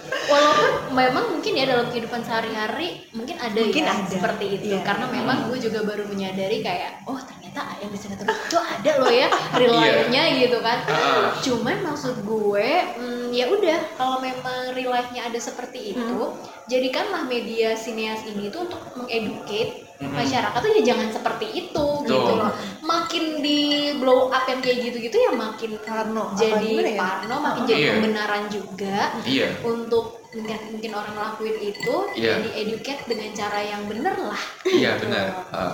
Speaker 3: Walaupun memang mungkin ya dalam kehidupan sehari-hari mungkin ada
Speaker 2: Mungkin
Speaker 3: ya
Speaker 2: ada.
Speaker 3: seperti itu
Speaker 2: Iya.
Speaker 3: karena memang gue juga baru menyadari kayak oh ternyata yang di sinetron itu ada loh ya real
Speaker 4: Iya.
Speaker 3: life-nya gitu kan.
Speaker 4: Ah.
Speaker 3: Cuman maksud gue hmm, ya udah kalau memang real life-nya ada seperti
Speaker 2: Hmm.
Speaker 3: itu jadikanlah media sineas ini tuh untuk mengeducate
Speaker 4: Mhm.
Speaker 3: masyarakat tuh ya jangan seperti itu gitu
Speaker 4: Betul.
Speaker 3: loh. Makin di blow up yang kayak gitu-gitu ya makin
Speaker 2: Parno, apa gimana
Speaker 3: jadi
Speaker 2: ya?
Speaker 3: parno makin
Speaker 2: Ah,
Speaker 3: jadi
Speaker 4: iya.
Speaker 3: pembenaran juga
Speaker 4: Iya.
Speaker 3: untuk mungkin mungkin orang ngelakuin itu
Speaker 4: Iya.
Speaker 3: jadi educate dengan cara yang bener lah
Speaker 4: Iya benar. Ah,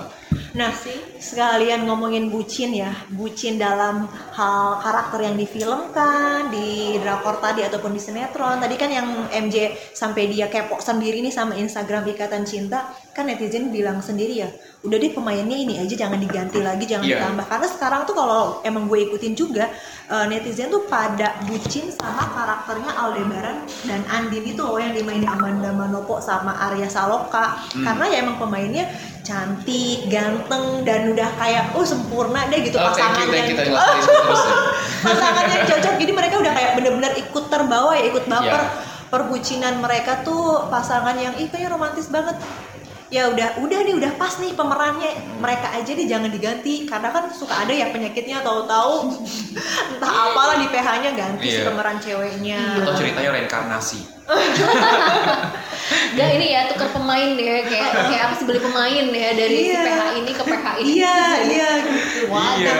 Speaker 2: nah
Speaker 3: sih
Speaker 2: sekalian ngomongin bucin ya bucin dalam hal karakter yang difilmkan di drakor tadi ataupun di sinetron tadi kan yang MJ sampai dia kepo sendiri nih sama Instagram ikatan cinta kan netizen bilang sendiri ya udah deh pemainnya ini aja jangan diganti lagi jangan
Speaker 4: Iya.
Speaker 2: ditambah karena sekarang tuh kalau emang gue ikutin juga eh, netizen tuh pada bucin sama karakternya Aldebaran dan Andin itu loh yang dimainin Amanda Manopo sama Arya Saloka
Speaker 4: Hmm.
Speaker 2: karena ya emang pemainnya cantik, ganteng dan udah kayak oh sempurna deh gitu
Speaker 4: oh, thank you,
Speaker 2: pasangan
Speaker 4: thank you,
Speaker 2: yang
Speaker 4: thank you. Nggak usah terus. ya.
Speaker 2: pasangan yang cocok jadi mereka udah kayak bener-bener ikut terbawa ya ikut baper
Speaker 4: Iya.
Speaker 2: perbucinan mereka tuh pasangan yang ih kayaknya romantis banget ya udah udah nih udah pas nih pemerannya mereka aja deh jangan diganti karena kan suka ada ya penyakitnya tahu-tahu entah apalah di PH-nya ganti si
Speaker 4: Iya.
Speaker 2: pemeran ceweknya
Speaker 4: Atau ceritanya reinkarnasi.
Speaker 3: Gak ini ya tukar pemain deh kayak kayak apa sih beli pemain ya dari si
Speaker 2: Iya.
Speaker 3: PH ini ke PH ini
Speaker 2: iya iya gitu
Speaker 3: Waduh.
Speaker 4: Iya.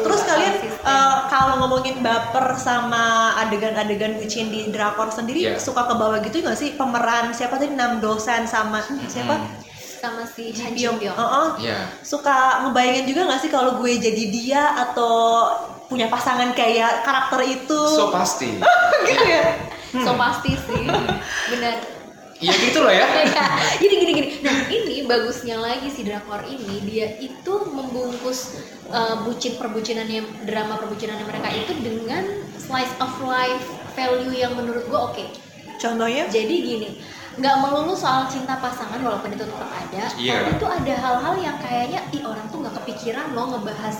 Speaker 2: Terus kalian
Speaker 3: Konsisten.
Speaker 2: eh, kalau ngomongin baper sama adegan-adegan bucin di drakor sendiri
Speaker 4: Iya.
Speaker 2: suka ke bawah gitu nggak sih pemeran siapa tadi enam dosen sama siapa
Speaker 4: Hmm.
Speaker 3: sama si Han Ji
Speaker 2: Pyong.
Speaker 3: Pyong
Speaker 2: Heeh.
Speaker 4: Iya.
Speaker 2: Suka ngebayangin juga nggak sih kalau gue jadi dia atau punya pasangan kayak karakter itu
Speaker 4: So pasti.
Speaker 2: gitu ya.
Speaker 3: so pasti sih benar
Speaker 4: Iya gitu lah ya.
Speaker 3: Iya. jadi gini gini nah ini bagusnya lagi si drakor ini dia itu membungkus uh, bucin perbucinannya drama perbucinannya mereka itu dengan slice of life value yang menurut gua oke
Speaker 2: Contohnya
Speaker 3: jadi gini nggak melulu soal cinta pasangan walaupun itu tetap ada
Speaker 4: Iya.
Speaker 3: tapi itu ada hal-hal yang kayaknya ih orang tuh nggak kepikiran loh ngebahas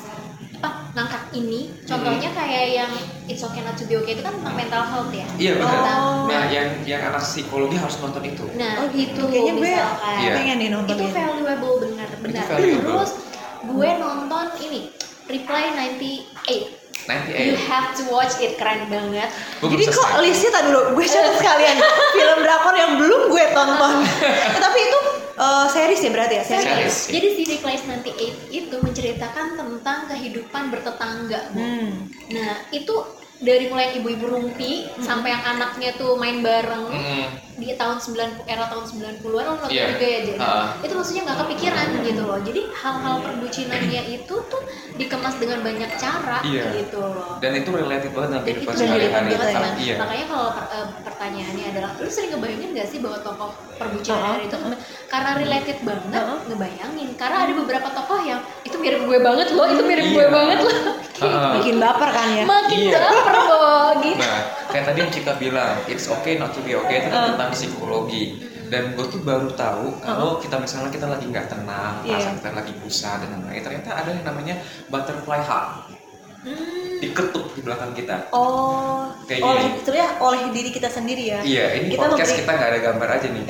Speaker 3: apa ngangkat ini contohnya kayak yang it's okay not to be okay itu kan tentang mental health ya
Speaker 4: Iya benar.
Speaker 2: Oh.
Speaker 4: Nah, yang yang anak psikologi harus nonton itu.
Speaker 3: nah
Speaker 2: Oh,
Speaker 3: itu
Speaker 2: kayaknya gue
Speaker 3: misalkan
Speaker 4: Iya.
Speaker 2: pengen nih nonton
Speaker 3: itu
Speaker 2: ini.
Speaker 3: valuable benar benar
Speaker 4: Itu valuable.
Speaker 3: terus gue nonton ini Reply 98 You
Speaker 4: 98.
Speaker 3: have to watch it keren banget
Speaker 4: Gue eh. belum
Speaker 2: Jadi kok
Speaker 4: selesai.
Speaker 2: listnya tadi dulu, gue catat sekalian film drakor yang belum gue tonton. Eh, Tapi itu eh, series ya berarti ya series.
Speaker 4: Series.
Speaker 3: Serius. Jadi si Reply 98 itu menceritakan tentang kehidupan bertetangga Bu.
Speaker 2: Hmm.
Speaker 3: Nah itu dari mulai yang ibu-ibu rumpi
Speaker 4: Hmm.
Speaker 3: sampai yang anaknya tuh main bareng
Speaker 4: Mm,
Speaker 3: di tahun 90 era tahun 90-an lo nonton
Speaker 4: Iya.
Speaker 3: juga ya jadi
Speaker 4: Ah. Hmm.
Speaker 3: itu maksudnya nggak kepikiran gitu loh jadi hal-hal perbucinannya itu tuh dikemas dengan banyak cara
Speaker 4: Iya.
Speaker 3: gitu loh
Speaker 4: dan itu related banget sama
Speaker 3: dan itu
Speaker 4: kehidupan
Speaker 2: Dan
Speaker 4: sehari-hari.
Speaker 2: relate
Speaker 3: banget ya?
Speaker 4: Iya.
Speaker 3: makanya kalau per- eh, pertanyaannya adalah lu sering ngebayangin nggak sih bahwa tokoh perbucinan
Speaker 2: Uh-uh.
Speaker 3: hari itu karena related banget
Speaker 2: Uh-uh.
Speaker 3: ngebayangin karena ada beberapa tokoh yang itu mirip gue banget loh itu mirip gue
Speaker 4: Iya.
Speaker 3: banget loh
Speaker 4: Ah, ah.
Speaker 2: bikin baper kan ya
Speaker 3: makin
Speaker 4: Iya.
Speaker 3: baper loh gitu
Speaker 4: Nah, kayak tadi yang Cika bilang, it's okay not to be okay itu
Speaker 2: Uh.
Speaker 4: kan tentang psikologi. Dan gue tuh baru tahu kalau kita misalnya kita lagi nggak tenang,
Speaker 2: Uh-huh. Iya.
Speaker 4: perasaan kita lagi busa dan lain-lain, eh, ternyata ada yang namanya butterfly heart diketuk di belakang kita.
Speaker 2: oh
Speaker 4: Kayak
Speaker 2: Hmm. oleh
Speaker 4: gini.
Speaker 2: sebenarnya oleh diri kita sendiri ya
Speaker 4: Iya, ini
Speaker 2: Kita
Speaker 4: podcast
Speaker 2: memberi-
Speaker 4: kita nggak ada gambar aja nih.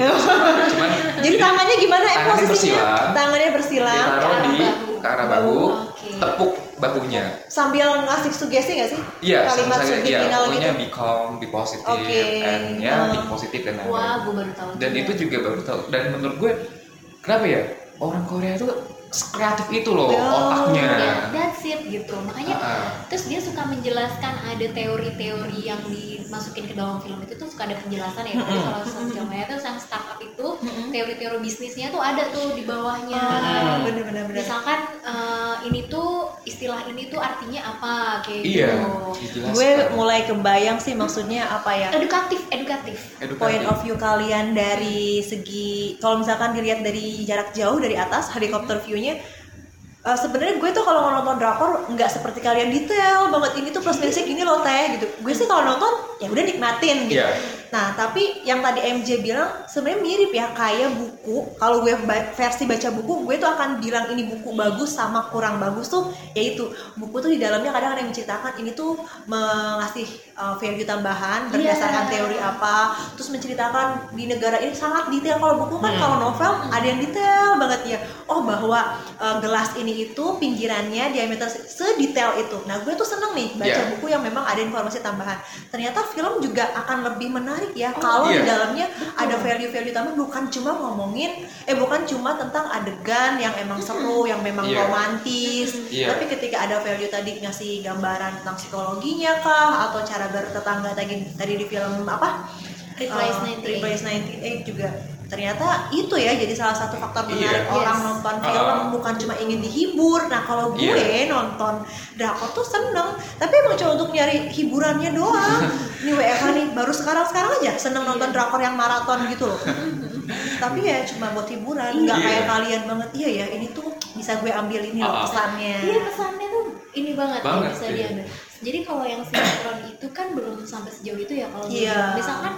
Speaker 4: Cuman
Speaker 2: jadi tangannya gimana eh,
Speaker 4: Tangannya
Speaker 2: posisinya
Speaker 4: bersilang.
Speaker 2: tangannya bersilang
Speaker 4: ditaruh di
Speaker 3: bahu.
Speaker 4: ke arah bahu,
Speaker 3: Oke.
Speaker 4: tepuk bahunya.
Speaker 2: sambil ngasih sugesti nggak sih
Speaker 4: Iya,
Speaker 2: kalimat
Speaker 4: misalnya iya,
Speaker 2: subliminal
Speaker 4: pokoknya
Speaker 2: gitu
Speaker 4: be calm, be positive,
Speaker 2: Oke.
Speaker 4: and ya, be
Speaker 2: Hmm.
Speaker 4: positif dan lain-lain.
Speaker 3: wah gue baru tahu
Speaker 4: dan
Speaker 3: juga.
Speaker 4: itu juga baru tahu dan menurut gue kenapa ya orang Korea itu kreatif itu loh
Speaker 2: Ya,
Speaker 4: otaknya
Speaker 3: Ya, that's it gitu. Makanya
Speaker 4: Ah, ah.
Speaker 3: terus dia suka menjelaskan ada teori-teori yang dimasukin ke dalam film itu tuh suka ada penjelasan ya. Tapi kalau sejauh itu yang startup itu teori-teori bisnisnya tuh ada tuh di bawahnya.
Speaker 2: Ah, bener-bener bener.
Speaker 3: Misalkan eh, ini tuh istilah ini tuh artinya apa kayak
Speaker 4: iya
Speaker 3: gitu.
Speaker 4: dijelaskan.
Speaker 2: gue mulai kebayang sih maksudnya apa ya
Speaker 3: Edukatif, edukatif.
Speaker 4: Edukatif.
Speaker 2: point of view kalian dari segi kalau misalkan dilihat dari jarak jauh dari atas helikopter view-nya eh, sebenarnya gue tuh kalau nonton drakor nggak seperti kalian detail banget ini tuh plus minusnya gini loh teh gitu gue sih kalau nonton ya udah nikmatin gitu
Speaker 4: Iya.
Speaker 2: nah tapi yang tadi MJ bilang sebenarnya mirip ya kayak buku kalau gue ba- versi baca buku gue tuh akan bilang ini buku bagus sama kurang bagus tuh yaitu buku tuh di dalamnya kadang ada yang menceritakan ini tuh mengasih eh, value tambahan berdasarkan
Speaker 3: Iya.
Speaker 2: teori apa terus menceritakan di negara ini sangat detail kalau buku kan kalau novel ada yang detail banget ya oh bahwa eh, gelas ini itu pinggirannya diameter se- sedetail itu nah gue tuh seneng nih baca
Speaker 4: Iya.
Speaker 2: buku yang memang ada informasi tambahan ternyata film juga akan lebih menarik ya kalau di
Speaker 4: iya.
Speaker 2: dalamnya ada value-value tambahan bukan cuma ngomongin eh bukan cuma tentang adegan yang emang seru yang memang
Speaker 4: Iya.
Speaker 2: romantis
Speaker 4: Iya.
Speaker 2: tapi ketika ada value tadi ngasih gambaran tentang psikologinya kah atau cara bertetangga tadi tadi di film apa?
Speaker 3: Replies
Speaker 2: Eh,
Speaker 3: 98.
Speaker 2: Replies 98 Eh, juga ternyata itu ya jadi salah satu faktor
Speaker 4: Iya.
Speaker 2: menarik orang
Speaker 3: Yes.
Speaker 2: nonton
Speaker 4: Ah.
Speaker 2: film bukan cuma ingin dihibur. Nah kalau gue
Speaker 4: Iya.
Speaker 2: nonton drakor tuh seneng, tapi emang cuma untuk nyari hiburannya doang. Ini WFH nih baru sekarang sekarang
Speaker 4: Iya.
Speaker 2: aja seneng nonton drakor yang maraton gitu loh. tapi ya cuma buat hiburan, nggak
Speaker 4: Iya.
Speaker 2: kayak kalian banget. Iya ya ini tuh bisa gue ambil ini
Speaker 4: Ah.
Speaker 2: loh pesannya.
Speaker 3: Iya pesannya tuh ini banget, yang
Speaker 4: Banget,
Speaker 3: bisa
Speaker 4: iya.
Speaker 3: diambil. Jadi kalau yang sinetron itu kan belum sampai sejauh itu ya kalau gue
Speaker 2: Iya.
Speaker 3: bilang. misalkan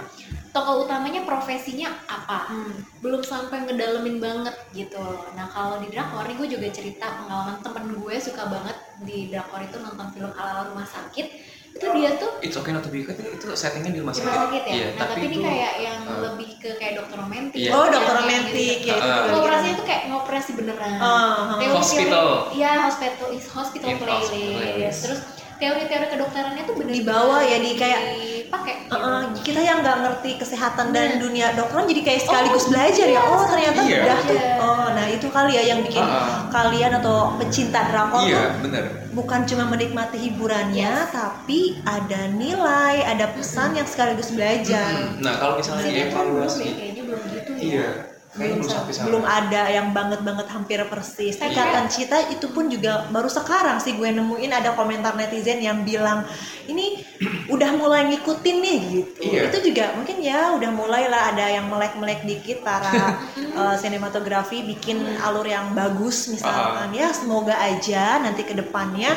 Speaker 3: tokoh utamanya profesinya apa,
Speaker 2: Hmm.
Speaker 3: belum sampai ngedalemin banget gitu. Nah kalau di drakor ini gue juga cerita pengalaman temen gue suka banget di drakor itu nonton film ala rumah sakit itu dia tuh
Speaker 4: it's okay not to be good itu settingnya di rumah sakit,
Speaker 3: di rumah sakit ya.
Speaker 4: Iya,
Speaker 3: nah tapi, ini
Speaker 4: itu-
Speaker 3: kayak yang
Speaker 4: eh,
Speaker 3: lebih ke kayak dokter romantis.
Speaker 4: Iya.
Speaker 2: Oh,
Speaker 3: Yang
Speaker 2: dokter
Speaker 3: kayak
Speaker 2: romantik
Speaker 3: gitu.
Speaker 2: ya. itu
Speaker 4: Ah.
Speaker 2: juga
Speaker 3: Ngoperasinya
Speaker 2: gitu.
Speaker 3: tuh kayak ngoperasi beneran.
Speaker 2: Ah, ah.
Speaker 3: Teori-teori-
Speaker 4: Hospital.
Speaker 3: Iya, hospital is hospital
Speaker 4: In
Speaker 3: playlist.
Speaker 4: hospital playlist.
Speaker 3: Terus teori-teori kedokterannya tuh bener
Speaker 2: Dibawa ya, di kayak-
Speaker 3: dipakai.
Speaker 2: Uh, uh, kita yang nggak ngerti kesehatan dan
Speaker 3: Hmm.
Speaker 2: dunia dokteran jadi kayak sekaligus
Speaker 3: Oh,
Speaker 2: belajar ya.
Speaker 3: iya,
Speaker 2: Oh ternyata
Speaker 4: iya.
Speaker 2: udah tuh.
Speaker 3: Iya. Uh-uh.
Speaker 2: Oh nah itu kali ya yang bikin
Speaker 4: Ah, ah.
Speaker 2: kalian atau pecinta drakor
Speaker 4: iya
Speaker 2: tuh
Speaker 4: bener
Speaker 2: bukan cuma menikmati hiburannya, tapi ada nilai, ada pesan yang sekaligus belajar.
Speaker 4: nah kalau misalnya
Speaker 3: Sinetron belum ya,
Speaker 4: dievaluasi
Speaker 3: kayaknya belum gitu ya.
Speaker 4: iya kayaknya belum sampai sana Iya.
Speaker 2: belum ada yang banget-banget hampir persis.
Speaker 3: Tapi
Speaker 2: Ikatan cita itu pun juga baru sekarang sih gue nemuin ada komentar netizen yang bilang ini udah mulai ngikutin nih gitu.
Speaker 4: Iya.
Speaker 2: Itu juga mungkin ya udah mulailah ada yang melek-melek dikit para eh, sinematografi bikin alur yang bagus misalkan ya semoga aja nanti kedepannya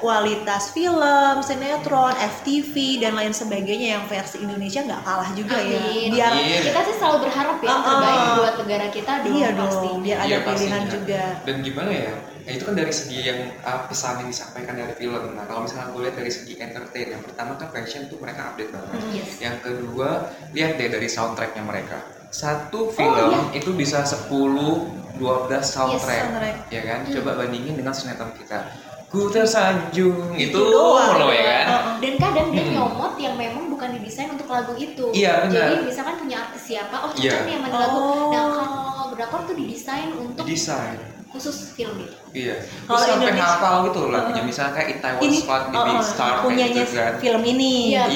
Speaker 2: kualitas film, sinetron, FTV dan lain sebagainya yang versi Indonesia nggak kalah juga
Speaker 3: Amin.
Speaker 2: ya. Biar
Speaker 4: Amin.
Speaker 3: Kita sih selalu berharap ya yang
Speaker 2: Ah, ah.
Speaker 3: terbaik buat negara kita dong
Speaker 2: Iya
Speaker 3: pasti.
Speaker 2: dong, biar ada
Speaker 4: Iya,
Speaker 2: pilihan
Speaker 4: pastinya.
Speaker 2: juga.
Speaker 4: dan gimana ya Ya, itu kan dari segi yang uh, pesan yang disampaikan dari film nah kalau misalnya gue lihat dari segi entertain yang pertama kan fashion tuh mereka update banget
Speaker 2: Hmm. Iya.
Speaker 3: Yes.
Speaker 4: yang kedua lihat deh dari soundtracknya mereka
Speaker 2: Oh,
Speaker 4: satu film
Speaker 3: iya.
Speaker 4: itu bisa 10 12 soundtrack,
Speaker 2: soundtrack. Hmm.
Speaker 4: ya kan coba bandingin dengan sinetron kita ku tersanjung itu,
Speaker 2: Itu doang.
Speaker 4: loh ya kan
Speaker 3: Iya, uh-uh. dan kadang dia nyomot yang memang bukan didesain untuk lagu itu
Speaker 4: Iya,
Speaker 3: jadi
Speaker 4: benar.
Speaker 3: misalkan punya artis siapa oh cocok
Speaker 4: Iya.
Speaker 3: nih sama lagu
Speaker 2: Oh.
Speaker 3: nah kalau drakor tuh didesain untuk
Speaker 4: desain
Speaker 3: khusus film gitu.
Speaker 4: Iya.
Speaker 2: Kalau
Speaker 4: Terus sampai
Speaker 2: Indonesia-
Speaker 4: hafal gitu loh lagunya.
Speaker 2: Uh-uh.
Speaker 4: Misalnya kayak Itaewon
Speaker 2: ini
Speaker 4: Spot di
Speaker 2: oh,
Speaker 4: Big
Speaker 2: oh,
Speaker 4: Star kayak
Speaker 2: punyanya
Speaker 4: gitu kan.
Speaker 2: film ini
Speaker 3: Iya.
Speaker 4: Iya.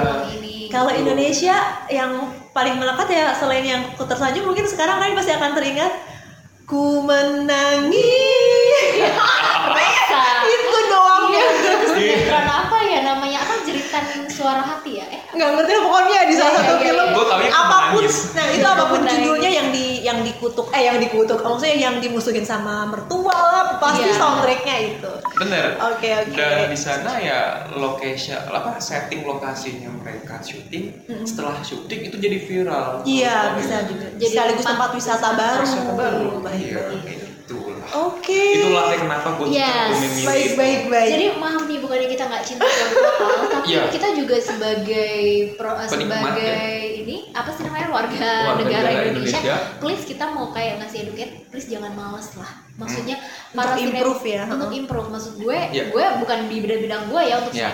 Speaker 3: film ini. Iya,
Speaker 2: Kalau
Speaker 4: Betul.
Speaker 2: Indonesia yang paling melekat ya selain yang ku tersanjung mungkin sekarang kalian pasti akan teringat ku menangi
Speaker 3: Rosa.
Speaker 2: itu doang
Speaker 3: Iya,
Speaker 2: ya
Speaker 3: itu sinetron apa ya namanya? Apa jeritan suara hati ya? Eh,
Speaker 2: nggak ngerti lah pokoknya di salah
Speaker 3: Iya,
Speaker 2: satu
Speaker 3: iya, iya.
Speaker 2: film
Speaker 4: Gua taunya Ku
Speaker 2: apapun
Speaker 4: Menangis.
Speaker 2: nah itu apapun
Speaker 3: Ku Menangis.
Speaker 2: judulnya yang di yang dikutuk eh yang dikutuk maksudnya yang dimusuhin sama mertua lah pasti
Speaker 3: Iya.
Speaker 2: soundtracknya itu
Speaker 4: Bener.
Speaker 2: oke oke
Speaker 4: Dan di sana ya location apa setting lokasinya mereka syuting setelah syuting itu jadi viral. Oh,
Speaker 2: iya bisa juga
Speaker 3: Jadi
Speaker 2: sekaligus tempat
Speaker 3: tempat
Speaker 2: wisata
Speaker 3: wisata
Speaker 2: baru
Speaker 4: Terus yang baru.
Speaker 2: Baik,
Speaker 4: Iya,
Speaker 2: baik.
Speaker 4: itulah.
Speaker 2: oke
Speaker 4: Itulah yang kenapa gue
Speaker 3: Yes.
Speaker 4: memilih.
Speaker 2: baik baik baik
Speaker 3: Jadi maaf nih bukannya kita nggak cinta produk lokal, tapi
Speaker 4: Iya.
Speaker 3: kita juga sebagai pro, eh,
Speaker 4: Penikmat, ya.
Speaker 3: sebagai ini apa sih namanya warga,
Speaker 4: Warga
Speaker 3: negara,
Speaker 4: negara
Speaker 3: Indonesia,
Speaker 4: Indonesia.
Speaker 3: please kita mau kayak ngasih educate, please jangan males lah. Maksudnya
Speaker 2: Untuk improve ya,
Speaker 3: untuk
Speaker 2: heeh.
Speaker 3: improve. Maksud gue,
Speaker 4: Hmm. Iya.
Speaker 3: gue bukan di bidang-bidang gue ya untuk
Speaker 4: Iya.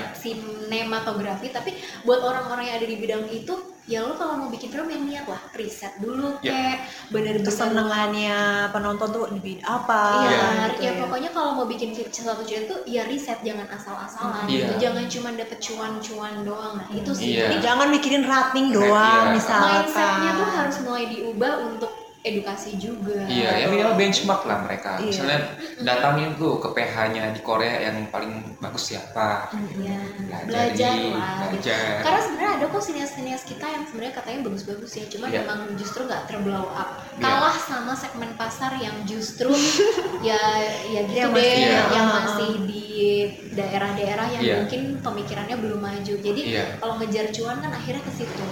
Speaker 3: sinematografi, tapi buat orang-orang yang ada di bidang itu, ya lo kalau mau bikin film yang niat lah, riset dulu
Speaker 4: Iya.
Speaker 3: kayak bener-bener
Speaker 2: Gitu, kesenangannya penonton tuh lebih apa
Speaker 3: Iya,
Speaker 2: gitu
Speaker 3: ya,
Speaker 2: ya.
Speaker 3: pokoknya kalau mau bikin fi- sesuatu cerita tuh ya riset jangan asal-asalan.
Speaker 4: Iya.
Speaker 3: gitu. Jangan cuma dapet cuan-cuan doang. Nah, itu sih.
Speaker 4: Iya.
Speaker 2: Jadi
Speaker 3: Jadi
Speaker 2: jangan mikirin rating doang
Speaker 4: Iya.
Speaker 2: misalkan
Speaker 3: mindsetnya
Speaker 2: Iya.
Speaker 3: tuh harus mulai diubah untuk edukasi juga.
Speaker 4: Iya, ya minimal benchmark lah mereka.
Speaker 2: Iya.
Speaker 4: Misalnya datangin tuh ke PH-nya di Korea yang paling bagus siapa.
Speaker 3: Iya.
Speaker 4: Belajar,
Speaker 3: Belajar
Speaker 4: Ji.
Speaker 3: lah. gitu.
Speaker 4: Belajar.
Speaker 3: Karena sebenarnya ada kok sinias-sinias kita yang sebenarnya katanya bagus-bagus ya, cuman
Speaker 4: Iya.
Speaker 3: memang justru nggak terblow up.
Speaker 4: Iya.
Speaker 3: Kalah sama segmen pasar yang justru ya ya gitu
Speaker 2: Yang
Speaker 3: deh,
Speaker 2: masih-
Speaker 4: Iya.
Speaker 3: yang masih di daerah-daerah yang
Speaker 4: Iya.
Speaker 3: mungkin pemikirannya belum maju. Jadi
Speaker 4: Iya. Hmm.
Speaker 3: kalau ngejar cuan kan akhirnya ke situ.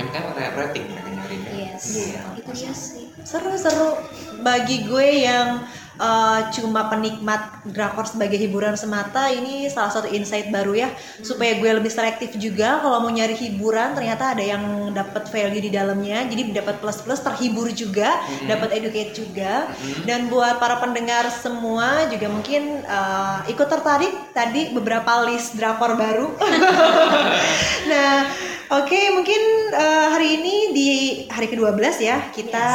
Speaker 4: Yang penting ra- rating mereka nyarinya.
Speaker 3: Yes.
Speaker 2: Iya.
Speaker 3: Itu dia sih.
Speaker 2: seru-seru bagi gue yang eh, cuma penikmat drakor sebagai hiburan semata ini salah satu insight baru ya supaya gue lebih selektif juga kalau mau nyari hiburan ternyata ada yang dapat value di dalamnya jadi dapat plus plus terhibur juga dapat educate juga dan buat para pendengar semua juga mungkin eh, ikut tertarik tadi beberapa list drakor baru nah oke mungkin eh, hari ini di hari ke-12 ya kita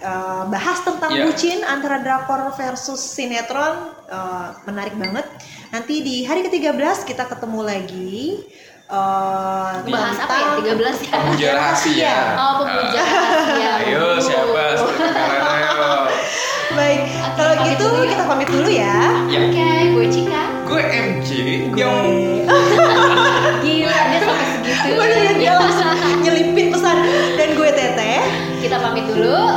Speaker 2: eh, bahas tentang
Speaker 4: Iya.
Speaker 2: bucin antara drakor versus sinetron Eh, menarik banget nanti di hari ke-13 kita ketemu lagi eh,
Speaker 4: Iya.
Speaker 3: Bahas apa ya?
Speaker 2: tentang-
Speaker 3: 13 ya.
Speaker 4: Pemuja rahasia.
Speaker 3: Oh,
Speaker 4: Ah,
Speaker 3: pemuja rahasia.
Speaker 4: Ayo siapa? Seperti kalian, ayo.
Speaker 2: baik
Speaker 3: Oke,
Speaker 2: kalau
Speaker 3: pamit
Speaker 2: gitu
Speaker 3: dulu ya.
Speaker 2: kita pamit dulu ya
Speaker 4: Ya,
Speaker 3: Oke, gue Cika.
Speaker 4: gue MJ yang
Speaker 3: Gila, dia sampai segitu.
Speaker 2: Gue udah liat dia langsung nyelipin pesan dan gue teteh
Speaker 3: Kita pamit dulu.